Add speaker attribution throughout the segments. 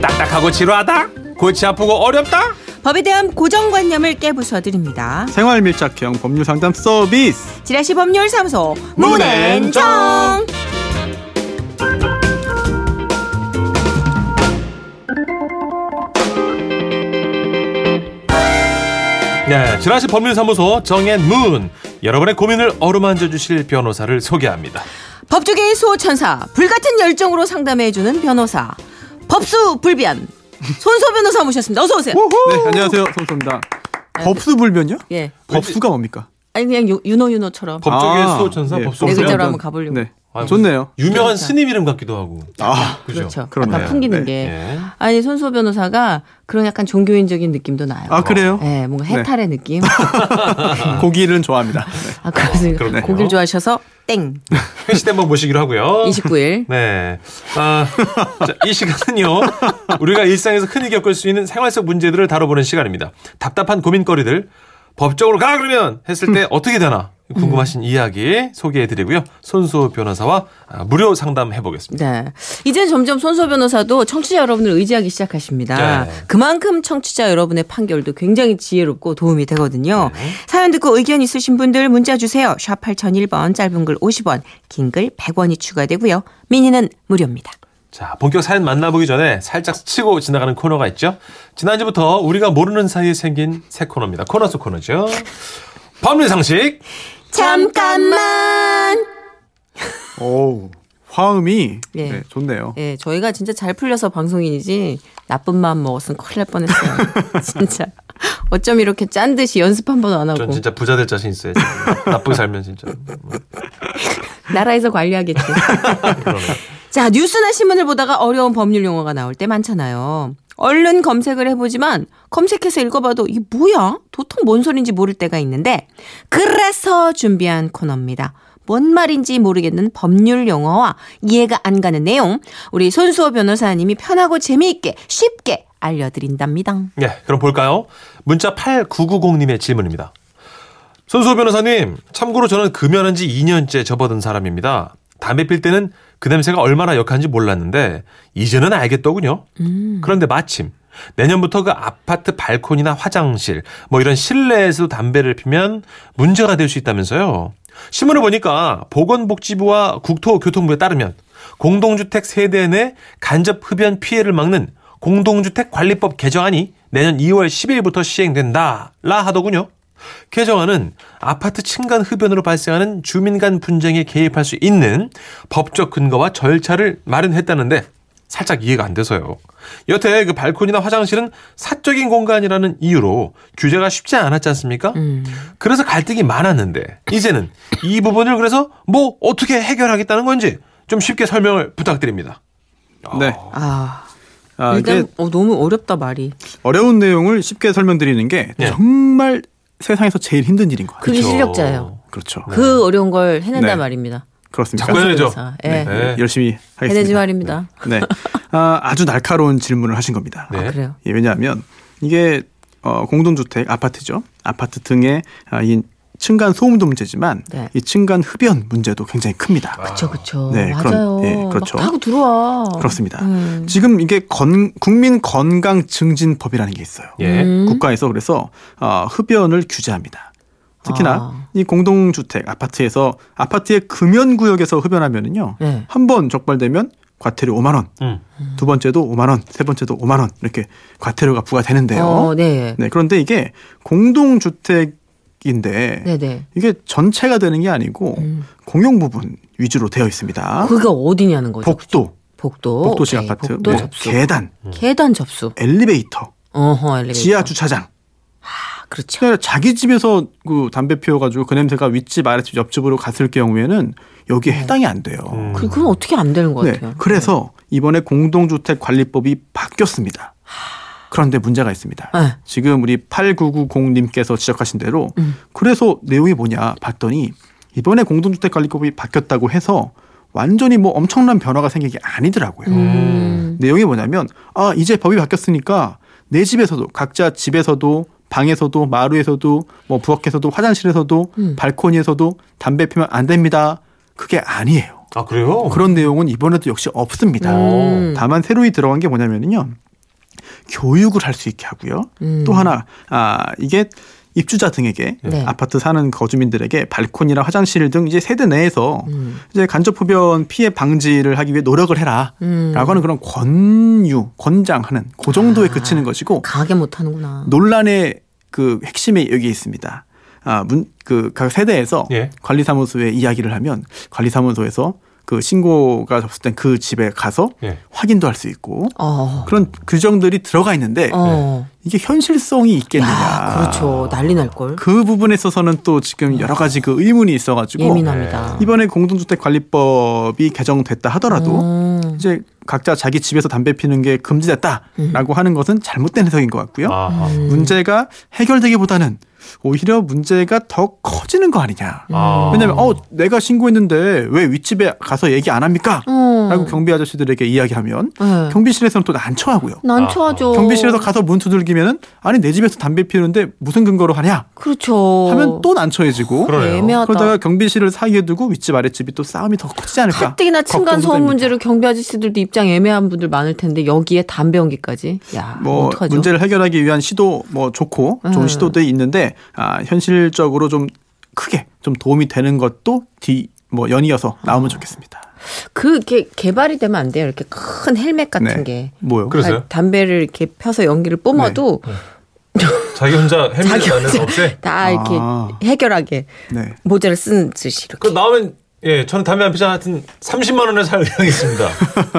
Speaker 1: 딱딱하고 지루하다? 골치 아프고 어렵다?
Speaker 2: 법에 대한 고정관념을 깨부숴드립니다.
Speaker 3: 생활 밀착형 법률 상담 서비스.
Speaker 2: 지라시 법률사무소
Speaker 1: 문앤정.
Speaker 2: 문앤정
Speaker 1: 네, 지라시 법률사무소 정앤문 여러분의 고민을 어루만져 주실 변호사를 소개합니다.
Speaker 2: 법조계의 수호천사 불같은 열정으로 상담해주는 변호사 법수불변 손소 변호사 모셨습니다. 어서 오세요.
Speaker 3: 네, 안녕하세요. 송소입니다.
Speaker 2: 네.
Speaker 3: 법수불변이요?
Speaker 2: 예.
Speaker 3: 법수가 뭡니까?
Speaker 2: 아니 그냥 요- 윤호 윤호처럼
Speaker 1: 법조계의
Speaker 3: 아,
Speaker 1: 수호천사 법수불변.
Speaker 2: 네
Speaker 3: 예, 법수불변.
Speaker 2: 글자로 한번 가보려고.
Speaker 3: 네.
Speaker 1: 아이고,
Speaker 3: 좋네요.
Speaker 1: 유명한
Speaker 2: 그렇죠.
Speaker 1: 스님 이름 같기도 하고.
Speaker 3: 아,
Speaker 1: 그죠?
Speaker 2: 그렇죠.
Speaker 3: 그러네요.
Speaker 2: 약간 풍기는
Speaker 3: 네.
Speaker 2: 게
Speaker 1: 예.
Speaker 2: 아니 손소 변호사가 그런 약간 종교인적인 느낌도 나요.
Speaker 3: 아 그래요?
Speaker 2: 예, 뭔가 해탈의 느낌.
Speaker 3: 고기는 좋아합니다. 네.
Speaker 2: 아, 그렇습니까?
Speaker 1: 그렇군요.
Speaker 2: 고기를 좋아하셔서 땡.
Speaker 1: 회시 한번 보시기로 하고요.
Speaker 2: 29일.
Speaker 1: 네. 아, 자, 이 시간은요. 우리가 일상에서 흔히 겪을 수 있는 생활 속 문제들을 다뤄보는 시간입니다. 답답한 고민거리들. 법적으로 가 그러면 했을 때 어떻게 되나 궁금하신 이야기 소개해 드리고요. 손수 변호사와 아, 무료 상담해 보겠습니다.
Speaker 2: 네. 이제 점점 손소 변호사도 청취자 여러분을 의지하기 시작하십니다.
Speaker 1: 네.
Speaker 2: 그만큼 청취자 여러분의 판결도 굉장히 지혜롭고 도움이 되거든요.
Speaker 1: 네.
Speaker 2: 사연 듣고 의견 있으신 분들 문자 주세요. 샵 8001번 짧은 글 50원, 긴 글 100원이 추가되고요. 미니는 무료입니다.
Speaker 1: 자, 본격 사연 만나보기 전에 살짝 스치고 지나가는 코너가 있죠. 지난주부터 우리가 모르는 사이에 생긴 새 코너입니다. 코너 속 코너죠. 법률 상식.
Speaker 2: 잠깐만.
Speaker 3: 오, 화음이
Speaker 2: 예.
Speaker 3: 네, 좋네요.
Speaker 2: 예, 저희가 진짜 잘 풀려서 방송인이지 나쁜 마음 먹었으면 큰일 날 뻔했어요. 진짜. 어쩜 이렇게 짠 듯이 연습 한 번 안 하고
Speaker 1: 전 진짜 부자 될 자신 있어요. 나쁘게 살면 진짜.
Speaker 2: 나라에서 관리하겠지.
Speaker 1: 그러네요.
Speaker 2: 자, 뉴스나 신문을 보다가 어려운 법률 용어가 나올 때 많잖아요. 얼른 검색을 해보지만 검색해서 읽어봐도 이게 뭐야? 도통 뭔 소린지 모를 때가 있는데 그래서 준비한 코너입니다. 뭔 말인지 모르겠는 법률 용어와 이해가 안 가는 내용 우리 손수호 변호사님이 편하고 재미있게 쉽게 알려드린답니다.
Speaker 1: 예, 그럼 볼까요? 문자 8990님의 질문입니다. 손수호 변호사님, 참고로 저는 금연한 지 2년째 접어든 사람입니다. 담배 필 때는 그 냄새가 얼마나 역한지 몰랐는데 이제는 알겠더군요. 그런데 마침 내년부터 그 아파트 발코니나 화장실 뭐 이런 실내에서 담배를 피면 문제가 될 수 있다면서요. 신문을 보니까 보건복지부와 국토교통부에 따르면 공동주택 세대 내 간접 흡연 피해를 막는 공동주택관리법 개정안이 내년 2월 10일부터 시행된다 라 하더군요. 개정안은 아파트 층간 흡연으로 발생하는 주민 간 분쟁에 개입할 수 있는 법적 근거와 절차를 마련했다는데 살짝 이해가 안 돼서요. 여태 그 발코니나 화장실은 사적인 공간이라는 이유로 규제가 쉽지 않았지 않습니까? 그래서 갈등이 많았는데 이제는 이 부분을 그래서 뭐 어떻게 해결하겠다는 건지 좀 쉽게 설명을 부탁드립니다.
Speaker 3: 네.
Speaker 2: 아,
Speaker 3: 아, 이게
Speaker 2: 일단 어, 너무 어렵다 말이.
Speaker 3: 어려운 내용을 쉽게 설명드리는 게
Speaker 1: 예.
Speaker 3: 정말 세상에서 제일 힘든 일인 것 같아요.
Speaker 2: 그게 실력자예요.
Speaker 3: 그렇죠.
Speaker 2: 그 어려운 걸 해낸다
Speaker 3: 네.
Speaker 2: 말입니다.
Speaker 3: 그렇습니까?
Speaker 1: 자꾸 해내죠.
Speaker 2: 변호사. 예.
Speaker 3: 네.
Speaker 1: 네.
Speaker 3: 열심히 하겠습니다.
Speaker 2: 해내지 말입니다.
Speaker 3: 네. 아, 아주 날카로운 질문을 하신 겁니다.
Speaker 1: 네.
Speaker 2: 아, 그래요.
Speaker 3: 예, 왜냐하면 이게 어, 공동주택 아파트죠. 아파트 등의 아, 이 층간 소음도 문제지만
Speaker 2: 네.
Speaker 3: 이 층간 흡연 문제도 굉장히 큽니다.
Speaker 2: 그렇죠, 그렇죠.
Speaker 3: 네,
Speaker 2: 맞아요.
Speaker 3: 그럼, 예, 그렇죠.
Speaker 2: 막 하고 들어와.
Speaker 3: 그렇습니다.
Speaker 2: 음.
Speaker 3: 지금 이게 건- 국민 건강 증진법이라는 게 있어요.
Speaker 1: 예.
Speaker 2: 음.
Speaker 3: 국가에서 그래서 어, 흡연을 규제합니다. 특히나
Speaker 2: 아.
Speaker 3: 이 공동주택 아파트에서 아파트의 금연 구역에서 흡연하면은요
Speaker 2: 네.
Speaker 3: 한 번 적발되면 과태료 5만 원,
Speaker 1: 음.
Speaker 3: 두 번째도 5만 원, 세 번째도 5만 원 이렇게 과태료가 부과되는데요.
Speaker 2: 어, 네.
Speaker 3: 네, 그런데 이게 공동주택인데
Speaker 2: 네, 네.
Speaker 3: 이게 전체가 되는 게 아니고
Speaker 2: 음.
Speaker 3: 공용 부분 위주로 되어 있습니다.
Speaker 2: 그게 어디냐는 거죠.
Speaker 3: 아? 복도,
Speaker 2: 복도.
Speaker 3: 복도식
Speaker 2: 오케이,
Speaker 3: 아파트,
Speaker 2: 복도
Speaker 3: 뭐
Speaker 2: 접수.
Speaker 3: 계단,
Speaker 1: 음.
Speaker 2: 계단 접수.
Speaker 3: 엘리베이터,
Speaker 2: 어허, 엘리베이터.
Speaker 3: 지하 주차장.
Speaker 2: 아, 그렇죠.
Speaker 3: 그러니까 자기 집에서 그 담배 피워가지고 그 냄새가 윗집, 아랫집, 옆집으로 갔을 경우에는 여기에 해당이 안 돼요.
Speaker 1: 음.
Speaker 2: 그, 네. 그건 어떻게 안 되는 것
Speaker 3: 네,
Speaker 2: 같아요.
Speaker 3: 그래서 이번에 공동주택 관리법이 바뀌었습니다. 그런데 문제가 있습니다.
Speaker 2: 네.
Speaker 3: 지금 우리 8990님께서 지적하신 대로
Speaker 2: 음.
Speaker 3: 그래서 내용이 뭐냐 봤더니 이번에 공동주택 관리법이 바뀌었다고 해서 완전히 뭐 엄청난 변화가 생긴 게 아니더라고요.
Speaker 2: 음.
Speaker 3: 내용이 뭐냐면 아 이제 법이 바뀌었으니까 내 집에서도 각자 집에서도 방에서도 마루에서도 뭐 부엌에서도 화장실에서도
Speaker 2: 음.
Speaker 3: 발코니에서도 담배 피면 안 됩니다. 그게 아니에요.
Speaker 2: 어.
Speaker 3: 음.
Speaker 1: 아 그래요?
Speaker 3: 그런 내용은 이번에도 역시 없습니다.
Speaker 2: 음.
Speaker 3: 다만 새로이 들어간 게 뭐냐면요. 교육을 할 수 있게 하고요.
Speaker 2: 음.
Speaker 3: 또 하나 아 이게 입주자 등에게
Speaker 2: 네.
Speaker 3: 아파트 사는 거주민들에게 발코니나 화장실 등 이제 세대 내에서
Speaker 2: 음.
Speaker 3: 이제 간접 흡연 피해 방지를 하기 위해 노력을 해라라고
Speaker 2: 음.
Speaker 3: 하는 그런 권유 권장하는 그 정도에
Speaker 2: 아.
Speaker 3: 그치는 것이고
Speaker 2: 강하게 못 하는구나.
Speaker 3: 네. 논란의 그 핵심에 여기 있습니다. 아, 문, 그, 각 세대에서
Speaker 1: 예.
Speaker 3: 관리사무소에 이야기를 하면 관리사무소에서 그 신고가 접수된 그 집에 가서
Speaker 1: 예.
Speaker 3: 확인도 할 수 있고
Speaker 2: 어.
Speaker 3: 그런 규정들이 들어가 있는데
Speaker 2: 어.
Speaker 3: 이게 현실성이 있겠느냐.
Speaker 2: 야, 그렇죠. 난리 날 걸.
Speaker 3: 그 부분에 있어서는 또 지금 여러 가지 그 의문이 있어가지고
Speaker 2: 예민합니다.
Speaker 3: 이번에 네. 공동주택관리법이 개정됐다 하더라도
Speaker 2: 음.
Speaker 3: 이제 각자 자기 집에서 담배 피는 게
Speaker 2: 음.
Speaker 3: 금지됐다라고 하는 것은 잘못된 해석인 것 같고요.
Speaker 1: 아하.
Speaker 3: 문제가 해결되기보다는 오히려 문제가 더 커지는 거 아니냐.
Speaker 1: 아.
Speaker 2: 음.
Speaker 3: 왜냐면 어 내가 신고했는데 왜 윗집에 가서 얘기 안 합니까?
Speaker 2: 어.
Speaker 3: 라고 경비 아저씨들에게 이야기하면
Speaker 2: 네. 어.
Speaker 3: 경비실에서는 또 난처하고요.
Speaker 2: 난처하죠.
Speaker 3: 경비실에서 가서 문 두들기면은 아니 내 집에서 담배 피우는데 무슨 근거로 하냐
Speaker 2: 그렇죠.
Speaker 3: 하면 또 난처해지고
Speaker 1: 그러네요.
Speaker 2: 애매하다.
Speaker 3: 그러다가 경비실을 사이에 두고 윗집 아랫집이 또 싸움이 더 커지지 않을까?
Speaker 2: 가뜩이나 층간
Speaker 3: 그러니까 걱정도
Speaker 2: 소음
Speaker 3: 됩니다.
Speaker 2: 문제로 경비 아저씨들도 입장 애매한 분들 많을 텐데 여기에 담배 연기까지. 야,
Speaker 3: 뭐
Speaker 2: 어떡하죠?
Speaker 3: 문제를 해결하기 위한 시도 뭐 좋고 좋은
Speaker 2: 음.
Speaker 3: 시도들이 있는데 아, 현실적으로 좀 크게 좀 도움이 되는 것도 뒤 뭐 연이어서
Speaker 2: 아,
Speaker 3: 나오면 좋겠습니다.
Speaker 2: 그 이렇게 개발이 되면 안 돼요. 이렇게 큰 헬멧 같은
Speaker 3: 네.
Speaker 2: 게.
Speaker 3: 뭐요?
Speaker 1: 그래- 그래서요? 네.
Speaker 2: 아, 담배를 이렇게 펴서 연기를 뿜어도
Speaker 1: 자기 혼자 햄릿
Speaker 2: 자기
Speaker 1: 나는
Speaker 2: 혼자
Speaker 1: 없애.
Speaker 2: 다 이렇게
Speaker 3: 아.
Speaker 2: 해결하게
Speaker 3: 네.
Speaker 2: 모자를 쓰는 듯이 이렇게.
Speaker 1: 그 나오면 예, 저는 담배 안 피자 하여튼 30만 원에 살 예정이겠습니다.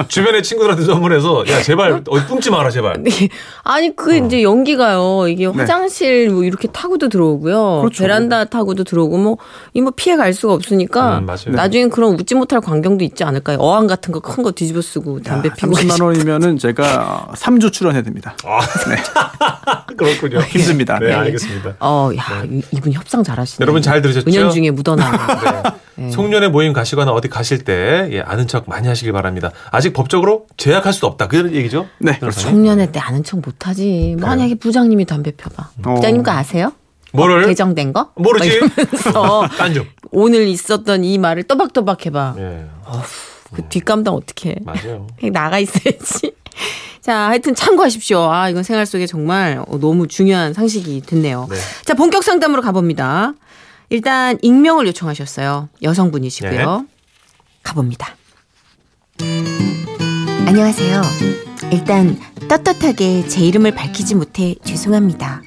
Speaker 1: 주변에 친구들한테 선물해서 야 제발 어디 뿜지 마라 제발.
Speaker 2: 네. 아니 그
Speaker 1: 어.
Speaker 2: 이제 연기가요.
Speaker 1: 네.
Speaker 2: 이게 화장실 뭐 이렇게 타고도 들어오고요.
Speaker 3: 그렇죠.
Speaker 2: 베란다 타고도 들어오고 뭐 이 뭐 피해 갈 수가 없으니까
Speaker 1: 음, 맞아요.
Speaker 2: 나중에 그런 웃지 못할 광경도 있지 않을까요? 어항 같은 거 큰 거 뒤집어 쓰고 담배 피우고
Speaker 3: 30만 원이면은 제가 3주 출연해야 됩니다.
Speaker 1: 아, 그렇군요.
Speaker 3: 힘듭니다.
Speaker 1: 네,
Speaker 3: 네.
Speaker 1: 알겠습니다.
Speaker 2: 어, 야, 이- 이분 협상 잘하시네.
Speaker 1: 네. 여러분 잘 들으셨죠?
Speaker 2: 은연중에 묻어나는.
Speaker 1: 네. 송년회 모임 가시거나 어디 가실 때 예, 아는 척 많이 하시길 바랍니다. 아직 법적으로 제약할 수도 없다. 그 얘기죠?
Speaker 3: 네,
Speaker 1: 변호사님?
Speaker 2: 청년회 때 아는 척 못하지. 뭐
Speaker 1: 네.
Speaker 2: 만약에 부장님이 담배 펴봐.
Speaker 3: 어.
Speaker 2: 부장님 거 아세요?
Speaker 1: 뭐를?
Speaker 2: 개정된 거?
Speaker 1: 네? 모르지.
Speaker 2: 막 이러면서
Speaker 1: 딴좀
Speaker 2: 오늘 있었던 이 말을 또박또박 해봐.
Speaker 1: 예,
Speaker 2: 그 뒷감당 어떻게 해?
Speaker 1: 맞아요.
Speaker 2: 그냥 나가 있어야지. 자, 하여튼 참고하십시오. 아, 이건 생활 속에 정말 어, 너무 중요한 상식이 됐네요.
Speaker 1: 네.
Speaker 2: 자, 본격 상담으로 가봅니다. 일단 익명을 요청하셨어요. 여성분이시고요. 가봅니다.
Speaker 4: 안녕하세요. 일단 떳떳하게 제 이름을 밝히지 못해 죄송합니다.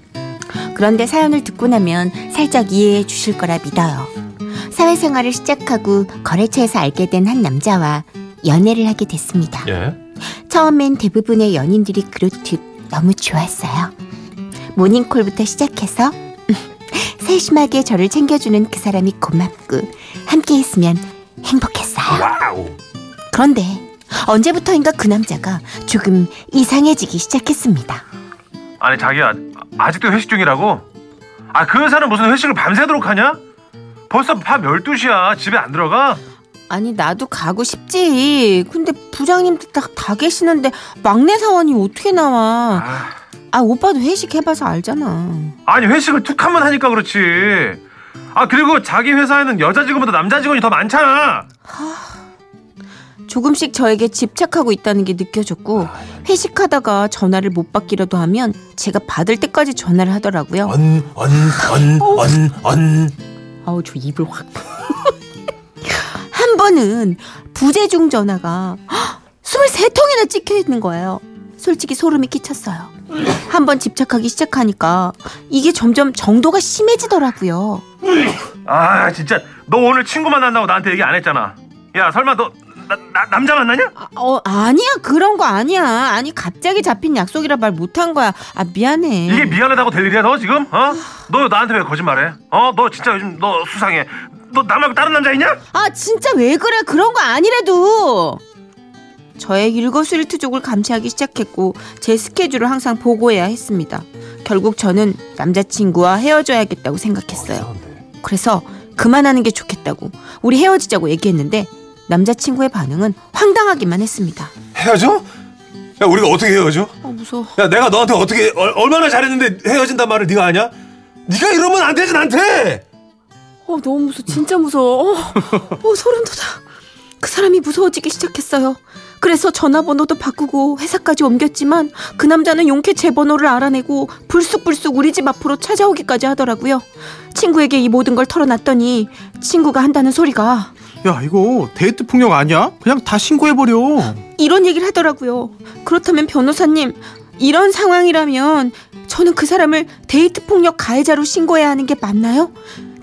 Speaker 4: 그런데 사연을 듣고 나면 살짝 이해해 주실 거라 믿어요. 사회생활을 시작하고 거래처에서 알게 된 한 남자와 연애를 하게 됐습니다.
Speaker 1: 예.
Speaker 4: 처음엔 대부분의 연인들이 그렇듯 너무 좋았어요. 모닝콜부터 시작해서 세심하게 저를 챙겨주는 그 사람이 고맙고 함께 있으면 행복했어요.
Speaker 1: 와우.
Speaker 4: 그런데 언제부터인가 그 남자가 조금 이상해지기 시작했습니다.
Speaker 1: 아니 자기야 아직도 회식 중이라고? 아 그 회사는 무슨 회식을 밤새도록 하냐? 벌써 밤 12시야 집에 안 들어가?
Speaker 4: 아니 나도 가고 싶지. 근데 부장님도 딱 다 계시는데 막내 사원이 어떻게 나와? 아 오빠도 회식 해봐서 알잖아.
Speaker 5: 아니 회식을 툭 한 번 하니까 그렇지. 아 그리고 자기 회사에는 여자 직원보다 남자 직원이 더 많잖아.
Speaker 4: 조금씩 저에게 집착하고 있다는 게 느껴졌고 회식하다가 전화를 못 받기라도 하면 제가 받을 때까지 전화를 하더라고요.
Speaker 1: 언언언언언
Speaker 2: 아우, 저 입을 확.
Speaker 4: 한 번은 부재중 전화가 23통이나 찍혀 있는 거예요. 솔직히 소름이 끼쳤어요. 한 번 집착하기 시작하니까 이게 점점 정도가 심해지더라고요.
Speaker 5: 아 진짜 너 오늘 친구 만난다고 나한테 얘기 안 했잖아. 야 설마 너 나, 나- 남자 만나냐?
Speaker 4: 아, 어, 아니야. 그런 거 아니야. 아니, 갑자기 잡힌 약속이라 말 못한 거야. 아, 미안해.
Speaker 5: 이게 미안하다고 될 일이야 너 지금? 어? 너 나한테 왜 거짓말해? 어? 너 진짜 요즘 너 수상해. 너 나 말고 다른 남자 있냐?
Speaker 4: 아, 진짜 왜 그래? 그런 거 아니라도! 저의 일거수일투족을 감시하기 시작했고, 제 스케줄을 항상 보고해야 했습니다. 결국 저는 남자친구와 헤어져야겠다고 생각했어요. 그래서 그만하는 게 좋겠다고 우리 헤어지자고 얘기했는데 남자친구의 반응은 황당하기만 했습니다.
Speaker 1: 헤어져? 야 우리가 어떻게 헤어져?
Speaker 4: 아 무서워.
Speaker 1: 야 내가 너한테 어떻게 얼, 얼마나 잘했는데 헤어진단 말을 네가 아냐? 네가 이러면 안 되지 나한테
Speaker 4: 어 너무 무서워. 진짜 무서워. 어, 어 소름 돋아. 그 사람이 무서워지기 시작했어요. 그래서 전화번호도 바꾸고 회사까지 옮겼지만 그 남자는 용케 제 번호를 알아내고 불쑥불쑥 우리 집 앞으로 찾아오기까지 하더라고요. 친구에게 이 모든 걸 털어놨더니 친구가 한다는 소리가
Speaker 3: 야 이거 데이트 폭력 아니야? 그냥 다 신고해버려
Speaker 4: 이런 얘기를 하더라고요. 그렇다면 변호사님, 이런 상황이라면 저는 그 사람을 데이트 폭력 가해자로 신고해야 하는 게 맞나요?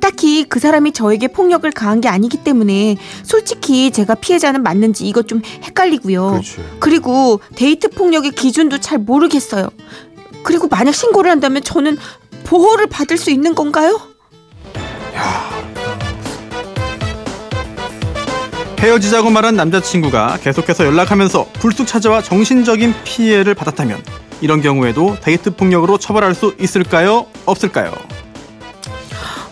Speaker 4: 딱히 그 사람이 저에게 폭력을 가한 게 아니기 때문에 솔직히 제가 피해자는 맞는지 이것 좀 헷갈리고요. 그리고 데이트 폭력의 기준도 잘 모르겠어요. 그리고 만약 신고를 한다면 저는 보호를 받을 수 있는 건가요?
Speaker 3: 헤어지자고 말한 남자친구가 계속해서 연락하면서 불쑥 찾아와 정신적인 피해를 받았다면 이런 경우에도 데이트 폭력으로 처벌할 수 있을까요? 없을까요?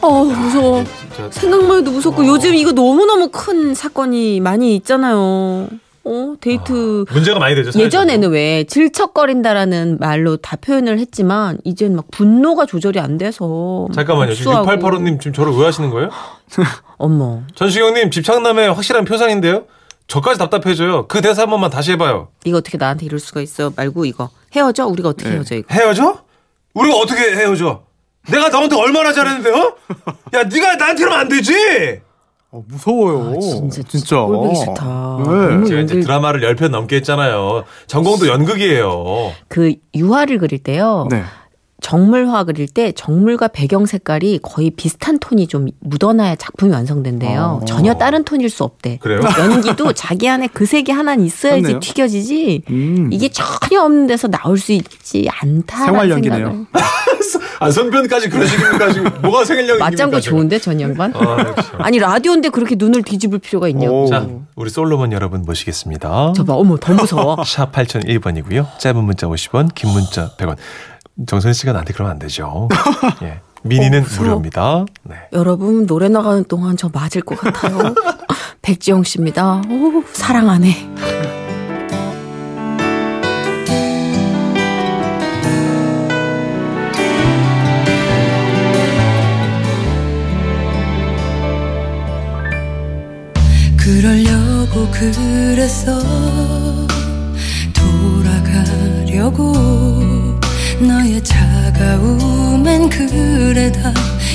Speaker 4: 어 무서워.
Speaker 1: 진짜
Speaker 4: 생각만 해도 무섭고 요즘 이거 너무너무 큰 사건이 많이 있잖아요. 어, 데이트.
Speaker 1: 문제가 많이 되죠. 사회적으로.
Speaker 2: 예전에는 왜 질척거린다라는 말로 다 표현을 했지만 이젠 막 분노가 조절이 안 돼서
Speaker 1: 잠깐만요. 지금
Speaker 2: 복수하고.
Speaker 1: 6885님 지금 저를 왜 하시는 거예요?
Speaker 2: 어머
Speaker 1: 전시경님 집착남의 확실한 표상인데요. 저까지 답답해져요. 그 대사 한 번만 다시 해봐요.
Speaker 2: 이거 어떻게 나한테 이럴 수가 있어 말고 이거 헤어져 우리가 어떻게
Speaker 3: 네.
Speaker 2: 헤어져 이거
Speaker 1: 헤어져? 우리가 어떻게 헤어져? 내가 너한테 얼마나 잘했는데 어? 야 네가 나한테 이러면 안 되지.
Speaker 3: 어, 무서워요
Speaker 2: 아, 진짜, 진짜 꼴보기 싫다.
Speaker 3: 네.
Speaker 1: 제가 이제
Speaker 2: 연극-
Speaker 1: 드라마를 10편 넘게 했잖아요. 전공도 연극이에요.
Speaker 2: 그 유화를 그릴 때요
Speaker 3: 네.
Speaker 2: 정물화 그릴 때 정물과 배경 색깔이 거의 비슷한 톤이 좀 묻어나야 작품이 완성된대요
Speaker 3: 어.
Speaker 2: 전혀 다른 톤일 수 없대 뭐
Speaker 1: 그래요?
Speaker 2: 연기도 자기 안에 그 색이 하나 있어야지
Speaker 3: 그렇네요.
Speaker 2: 튀겨지지
Speaker 3: 음.
Speaker 2: 이게 전혀 없는 데서 나올 수 있지 않다
Speaker 3: 생활 연기네요.
Speaker 1: 아 선변까지 그러시니까 지금 뭐가 그렇죠. 생일령입니까?
Speaker 2: 맞장구 좋은데 전 양반 아니 라디오인데 그렇게 눈을 뒤집을 필요가 있냐고
Speaker 3: 오.
Speaker 1: 자, 우리 솔로몬 여러분 모시겠습니다.
Speaker 2: 저봐 어머 더 무서워
Speaker 1: 샵 8001번이고요. 짧은 문자 50원, 긴 문자 100원. 정선 씨가 나한테 그러면 안 되죠. 예.
Speaker 2: 어,
Speaker 1: 미니는
Speaker 2: 뭐.
Speaker 1: 무료입니다. 네.
Speaker 2: 여러분 노래 나가는 동안 저 맞을 것 같아요. 백지영 씨입니다. 오, 사랑 안 해.
Speaker 6: 그러려고 그랬어 돌아가려고 너의 차가움엔 그래 다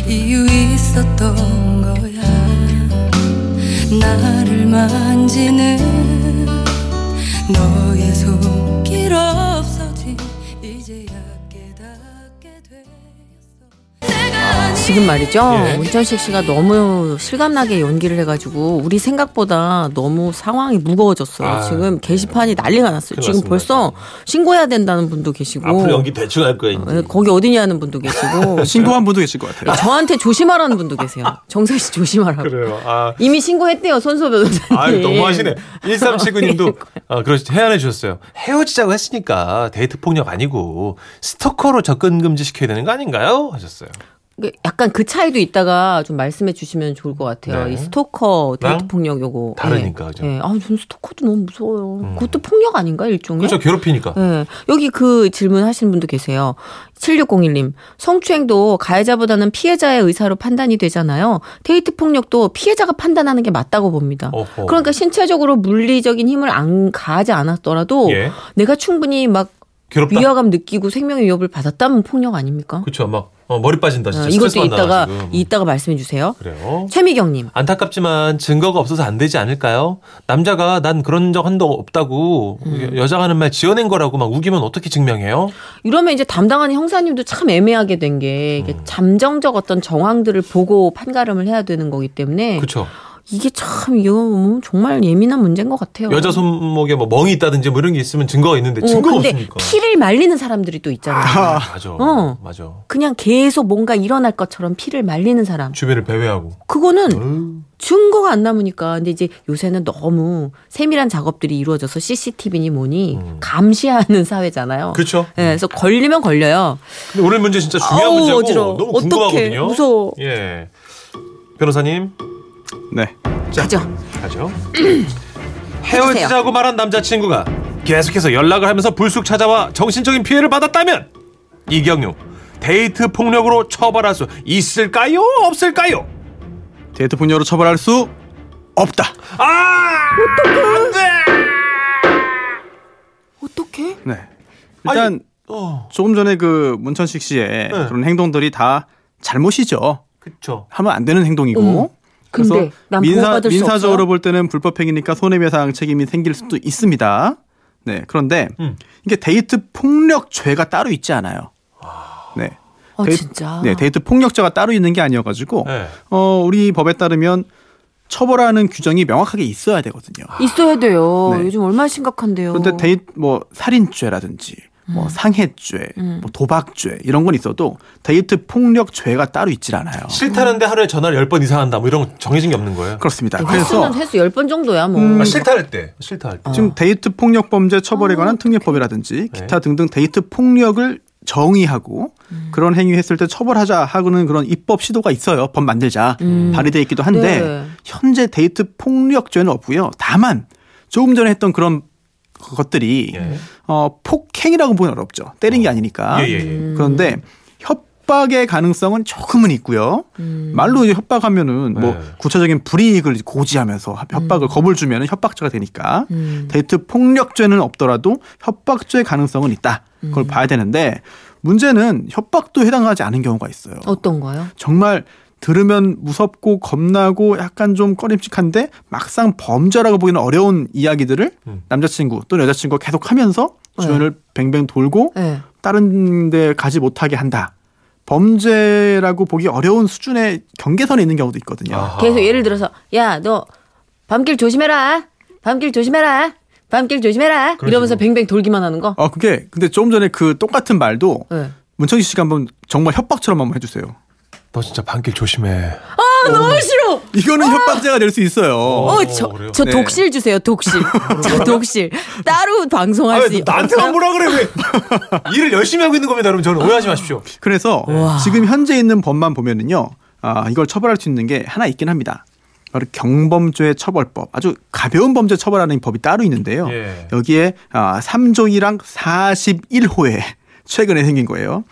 Speaker 6: 이유 있었던 거야 나를 만지는 너의 손길 없어진 이제야 깨닫게 됐어
Speaker 2: 지금 말이죠.
Speaker 1: 예.
Speaker 2: 문천식 씨가 너무 실감나게 연기를 해가지고 우리 생각보다 너무 상황이 무거워졌어요.
Speaker 1: 아,
Speaker 2: 지금 게시판이 난리가 났어요.
Speaker 1: 큰일
Speaker 2: 지금
Speaker 1: 났습니다.
Speaker 2: 벌써 신고해야 된다는 분도 계시고
Speaker 1: 앞으로 연기 대충 할 거예요.
Speaker 2: 예, 거기 어디냐는 분도 계시고
Speaker 3: 신고한 분도 계실 것
Speaker 1: 네.
Speaker 3: 같아요.
Speaker 2: 저한테 조심하라는 분도 계세요. 정선 씨 조심하라고.
Speaker 1: 그래요. 아,
Speaker 2: 이미 신고했대요 손소 변호사님.
Speaker 1: 아유, 너무하시네. 1379님도
Speaker 2: 예.
Speaker 1: 아, 그러시 해안해 주셨어요. 헤어지자고 했으니까 데이트 폭력 아니고 스토커로 접근 금지 시켜야 되는 거 아닌가요? 하셨어요.
Speaker 2: 그 약간 그 차이도 있다가 좀 말씀해 주시면 좋을 것 같아요.
Speaker 1: 네.
Speaker 2: 이 스토커 데이트
Speaker 1: 랑
Speaker 2: 폭력 요거
Speaker 1: 다르니까,
Speaker 2: 예.
Speaker 1: 그죠? 음.
Speaker 2: 예. 아, 전 스토커도 너무 무서워요. 그것도 폭력 아닌가 일종의?
Speaker 1: 그렇죠. 괴롭히니까.
Speaker 2: 예. 여기 그 질문 하시는 분도 계세요. 7601님. 성추행도 가해자보다는 피해자의 의사로 판단이 되잖아요. 데이트 폭력도 피해자가 판단하는 게 맞다고 봅니다.
Speaker 1: 어허.
Speaker 2: 그러니까 신체적으로 물리적인 힘을 안 가하지 않았더라도
Speaker 1: 예.
Speaker 2: 내가 충분히 막
Speaker 1: 괴롭다.
Speaker 2: 위화감 느끼고 생명의 위협을 받았다면 폭력 아닙니까?
Speaker 1: 그렇죠. 막 어, 머리 빠진다 진짜.
Speaker 2: 어,
Speaker 1: 스트레스 그렇죠.
Speaker 2: 이것도
Speaker 1: 받나,
Speaker 2: 이따가
Speaker 1: 지금.
Speaker 2: 이따가 말씀해 주세요.
Speaker 1: 그래요.
Speaker 2: 최미경님.
Speaker 1: 안타깝지만 증거가 없어서 안 되지 않을까요? 남자가 난 그런 적 한 적 없다고
Speaker 2: 음.
Speaker 1: 여- 여자가 하는 말 지어낸 거라고 막 우기면 어떻게 증명해요?
Speaker 2: 이러면 이제 담당하는 형사님도 참 애매하게 된 게
Speaker 1: 음.
Speaker 2: 잠정적 어떤 정황들을 보고 판가름을 해야 되는 거기 때문에
Speaker 1: 그렇죠.
Speaker 2: 이게 참 이거 뭐 정말 예민한 문제인 것 같아요.
Speaker 1: 여자 손목에 뭐 멍이 있다든지 뭐 이런 게 있으면 증거가 있는데
Speaker 2: 음. 어,
Speaker 1: 증거가
Speaker 2: 근데
Speaker 1: 없으니까.
Speaker 2: 피를 말리는 사람들이 또 있잖아요.
Speaker 1: 아, 맞아.
Speaker 2: 어.
Speaker 1: 맞아.
Speaker 2: 그냥 계속 뭔가 일어날 것처럼 피를 말리는 사람.
Speaker 1: 주변을 배회하고.
Speaker 2: 그거는
Speaker 1: 어휴.
Speaker 2: 증거가 안 남으니까. 근데 이제 요새는 너무 세밀한 작업들이 이루어져서 CCTV니 뭐니 감시하는 사회잖아요.
Speaker 1: 음. 그렇죠.
Speaker 2: 예, 그래서 걸리면 걸려요.
Speaker 1: 근데 오늘 문제 진짜 중요한
Speaker 2: 아우,
Speaker 1: 문제고
Speaker 2: 어지러워.
Speaker 1: 너무
Speaker 2: 어떡해.
Speaker 1: 궁금하거든요.
Speaker 2: 무서워.
Speaker 1: 예. 변호사님
Speaker 3: 네.
Speaker 2: 가죠.
Speaker 1: 가죠. 헤어지자고 말한 남자친구가 계속해서 연락을 하면서 불쑥 찾아와 정신적인 피해를 받았다면 이경용 데이트 폭력으로 처벌할 수 있을까요? 없을까요?
Speaker 3: 데이트 폭력으로 처벌할 수 없다.
Speaker 1: 아! 어떡해.
Speaker 3: 네. 일단
Speaker 1: 어,
Speaker 3: 조금 전에 그 문천식 씨의
Speaker 1: 네.
Speaker 3: 그런 행동들이 다 잘못이죠.
Speaker 1: 그쵸.
Speaker 3: 하면 안 되는 행동이고.
Speaker 4: 음. 근데
Speaker 3: 그래서
Speaker 4: 난
Speaker 3: 민사,
Speaker 4: 보호받을 수
Speaker 3: 민사적으로
Speaker 4: 없어요?
Speaker 3: 볼 때는 불법행위니까 손해배상 책임이 생길 수도 있습니다. 네. 그런데
Speaker 1: 음.
Speaker 3: 이게 데이트 폭력죄가 따로 있지 않아요. 네.
Speaker 4: 어,
Speaker 3: 데이-
Speaker 4: 진짜.
Speaker 3: 네. 데이트 폭력죄가 따로 있는 게 아니어가지고
Speaker 1: 네.
Speaker 3: 어, 우리 법에 따르면 처벌하는 규정이 명확하게 있어야 되거든요.
Speaker 1: 아.
Speaker 4: 있어야 돼요.
Speaker 3: 네.
Speaker 4: 요즘 얼마나 심각한데요.
Speaker 3: 그런데 데이 뭐 살인죄라든지
Speaker 4: 음.
Speaker 3: 뭐 상해죄, 뭐 도박죄 이런 건 있어도 데이트 폭력죄가 따로 있질 않아요.
Speaker 1: 싫다는데 하루에 전화를 10번 이상 한다 뭐 이런 거 정해진 게 없는 거예요.
Speaker 4: 네,
Speaker 3: 그렇습니다. 그래서
Speaker 2: 네, 횟수는 횟수 10번 정도야 뭐.
Speaker 3: 그
Speaker 1: 아, 싫다 할 때. 싫다 할 때.
Speaker 3: 지금 데이트 폭력 범죄 처벌에 관한
Speaker 1: 네.
Speaker 3: 특례법이라든지 기타 등등 데이트 폭력을 정의하고 그런 행위 했을 때 처벌하자 하고는 그런 입법 시도가 있어요. 법 만들자 발의돼 있기도 한데
Speaker 2: 네.
Speaker 3: 현재 데이트 폭력죄는 없고요. 다만 조금 전에 했던 그런 것들이
Speaker 1: 예.
Speaker 3: 어, 폭행이라고 보기 어렵죠. 때린 게 아니니까.
Speaker 1: 예, 예, 예.
Speaker 3: 그런데 협박의 가능성은 조금은 있고요. 말로 이제 협박하면은 뭐
Speaker 1: 네.
Speaker 3: 구체적인 불이익을 고지하면서 협박을 겁을 주면은 협박죄가 되니까 데이트 폭력죄는 없더라도 협박죄 가능성은 있다. 그걸 봐야 되는데 문제는 협박도 해당하지 않은 경우가 있어요.
Speaker 2: 어떤 거요?
Speaker 3: 정말 들으면 무섭고 겁나고 약간 좀 꺼림칙한데 막상 범죄라고 보기는 어려운 이야기들을
Speaker 1: 음.
Speaker 3: 남자친구 또는 여자친구가 계속 하면서 주변을 뱅뱅 돌고
Speaker 2: 네.
Speaker 3: 다른 데 가지 못하게 한다. 범죄라고 보기 어려운 수준의 경계선에 있는 경우도 있거든요.
Speaker 1: 아하.
Speaker 2: 계속 예를 들어서 야 너 밤길 조심해라. 밤길 조심해라. 밤길 조심해라.
Speaker 1: 그러지
Speaker 2: 이러면서
Speaker 1: 뭐.
Speaker 2: 뱅뱅 돌기만 하는 거.
Speaker 3: 아, 그게 근데 조금 전에 그 똑같은 말도
Speaker 2: 네.
Speaker 1: 아,
Speaker 3: 문청희 씨가 한번 정말 협박처럼 한번 해주세요.
Speaker 1: 너 진짜 반길 조심해.
Speaker 2: 아 너무 싫어.
Speaker 3: 이거는 협박죄가 될 수 있어요.
Speaker 1: 어,
Speaker 4: 어, 저,
Speaker 1: 그래요?
Speaker 4: 저
Speaker 3: 네.
Speaker 4: 독실 주세요, 독실. 저 독실. 따로 방송할 수
Speaker 2: 네,
Speaker 1: 아니, 나한테만 뭐라 그래 왜? 일을 열심히 하고 있는 겁니다, 여러분. 저는 오해하지 마십시오.
Speaker 3: 그래서 지금 현재 있는 법만 보면은요, 아, 이걸 처벌할 수 있는 게 하나 있긴 합니다. 바로 경범죄 처벌법. 아주 가벼운 범죄 처벌하는 법이 따로 있는데요.
Speaker 1: 예.
Speaker 3: 여기에 아, 3조 1항 41호에 최근에 생긴 거예요.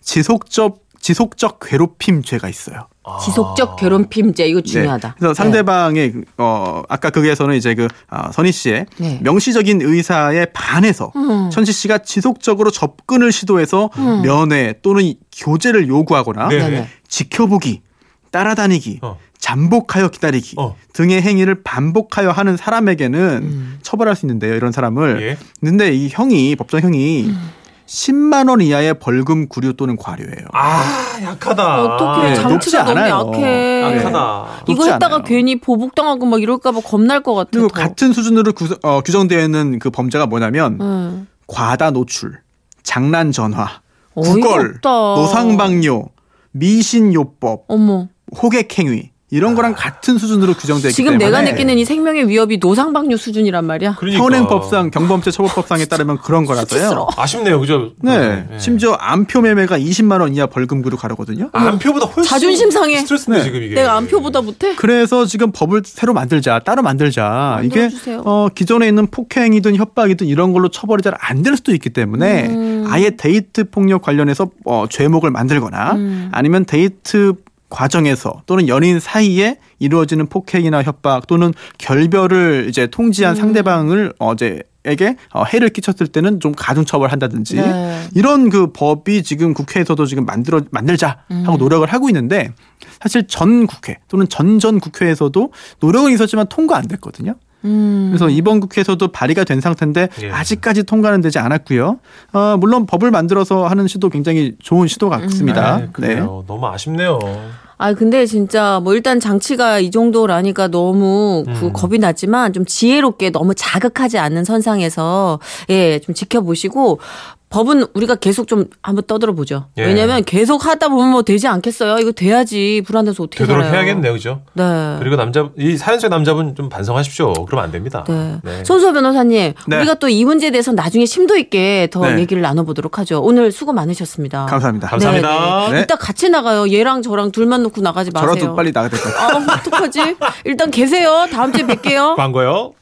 Speaker 3: 지속적 지속적 괴롭힘죄가 있어요.
Speaker 2: 아. 지속적 괴롭힘죄 이거
Speaker 3: 아. 네.
Speaker 2: 중요하다.
Speaker 3: 그래서 상대방의 그, 어 아까 거기에서는 이제 그 아, 선희 씨의
Speaker 2: 네. 음.
Speaker 3: 명시적인 의사에 반해서 천식 씨가 지속적으로 접근을 시도해서 면회 또는 교제를 요구하거나
Speaker 1: 네.
Speaker 2: 아, 네네.
Speaker 3: 지켜보기, 따라다니기,
Speaker 1: 어.
Speaker 3: 잠복하여 기다리기
Speaker 2: 네.
Speaker 1: 어.
Speaker 3: 등의 행위를 반복하여 하는 사람에게는
Speaker 2: 음.
Speaker 3: 처벌할 수 있는데요. 이런 사람을.
Speaker 1: 예.
Speaker 3: 근데 이 형이 법정형이
Speaker 2: 음.
Speaker 3: 10만 원 이하의 벌금 구류 또는 과료예요.
Speaker 1: 아, 약하다.
Speaker 2: 어떡해.
Speaker 3: 네,
Speaker 2: 장치가
Speaker 3: 높지
Speaker 2: 너무
Speaker 3: 않아요.
Speaker 2: 약해.
Speaker 3: 네.
Speaker 1: 약하다.
Speaker 2: 이거
Speaker 3: 높지
Speaker 2: 했다가
Speaker 3: 않아요.
Speaker 2: 괜히 보복당하고 막 이럴까봐 겁날 것 같아.
Speaker 3: 그리고
Speaker 2: 더.
Speaker 3: 같은 수준으로 구, 어, 규정되어 있는 그 범죄가 뭐냐면
Speaker 2: 응.
Speaker 3: 과다 노출, 장난 전화,
Speaker 2: 어이가
Speaker 3: 구걸,
Speaker 2: 없다.
Speaker 3: 노상방뇨, 미신요법,
Speaker 2: 어머.
Speaker 3: 호객행위 이런 거랑 같은 수준으로 규정되기
Speaker 2: 아. 지금
Speaker 3: 네, 때문에
Speaker 2: 내가 느끼는 이 생명의 위협이 노상방뇨 수준이란 말이야.
Speaker 1: 그러니까.
Speaker 3: 현행법상 경범죄 처벌법상에 따르면 그런 거라서요.
Speaker 1: 아쉽네요, 그죠?
Speaker 3: 네.
Speaker 1: 네.
Speaker 3: 심지어 안표 매매가 20만 원 이하 벌금으로 가거든요.
Speaker 1: 안표보다 훨씬
Speaker 2: 자존심 상해.
Speaker 1: 스트레스네
Speaker 3: 아, 네.
Speaker 1: 지금 이게.
Speaker 2: 내가 안표보다 못해?
Speaker 3: 그래서 지금 법을 새로 만들자, 따로 만들자. 이게
Speaker 2: 만들어주세요.
Speaker 3: 어, 기존에 있는 폭행이든 협박이든 이런 걸로 처벌이 잘 안 될 수도 있기 때문에
Speaker 2: 음.
Speaker 3: 아예 데이트 폭력 관련해서 어, 죄목을 만들거나
Speaker 2: 음.
Speaker 3: 아니면 데이트 과정에서 또는 연인 사이에 이루어지는 폭행이나 협박 또는 결별을 이제
Speaker 2: 음.
Speaker 3: 통지한 상대방을 어제 에게 어, 해를 끼쳤을 때는 좀 가중 처벌한다든지
Speaker 2: 네.
Speaker 3: 이런 그 법이 지금 국회에서도 지금 만들어 만들자 하고
Speaker 2: 음.
Speaker 3: 노력을 하고 있는데 사실 전 국회 또는 전전 국회에서도 노력은 있었지만 통과 안 됐거든요.
Speaker 2: 음.
Speaker 3: 그래서 이번 국회에서도 발의가 된 상태인데
Speaker 1: 예.
Speaker 3: 아직까지 통과는 되지 않았고요. 어, 물론 법을 만들어서 하는 시도 굉장히 좋은 시도 같습니다.
Speaker 1: 네, 그래요. 너무 아쉽네요.
Speaker 2: 아 근데 진짜 뭐 일단 장치가 이 정도라니까 너무 그
Speaker 1: 음.
Speaker 2: 겁이 나지만 좀 지혜롭게 너무 자극하지 않는 선상에서 예 좀 지켜보시고 법은 우리가 계속 좀 한번 떠들어 보죠.
Speaker 1: 예.
Speaker 2: 왜냐면 계속 하다 보면 뭐 되지 않겠어요. 이거 돼야지 불안해서 어떻게
Speaker 1: 되도록
Speaker 2: 살아요.
Speaker 1: 해야겠네요, 그죠?
Speaker 2: 네.
Speaker 1: 그리고 남자 이 사연적 남자분 좀 반성하십시오. 그러면 안 됩니다.
Speaker 2: 네.
Speaker 1: 네.
Speaker 2: 손수호 변호사님,
Speaker 3: 네.
Speaker 2: 우리가 또 이 문제에 대해서 나중에 심도 있게 더
Speaker 3: 네.
Speaker 2: 얘기를 나눠보도록 하죠. 오늘 수고 많으셨습니다.
Speaker 3: 감사합니다.
Speaker 1: 감사합니다.
Speaker 3: 네.
Speaker 2: 이따 같이 나가요. 얘랑 저랑 둘만 놓고 나가지 마세요.
Speaker 3: 저라도 빨리 나가야 될 것 같아요.
Speaker 2: 아, 어떡하지? 일단 계세요. 다음 주에 뵐게요.
Speaker 1: 광고요.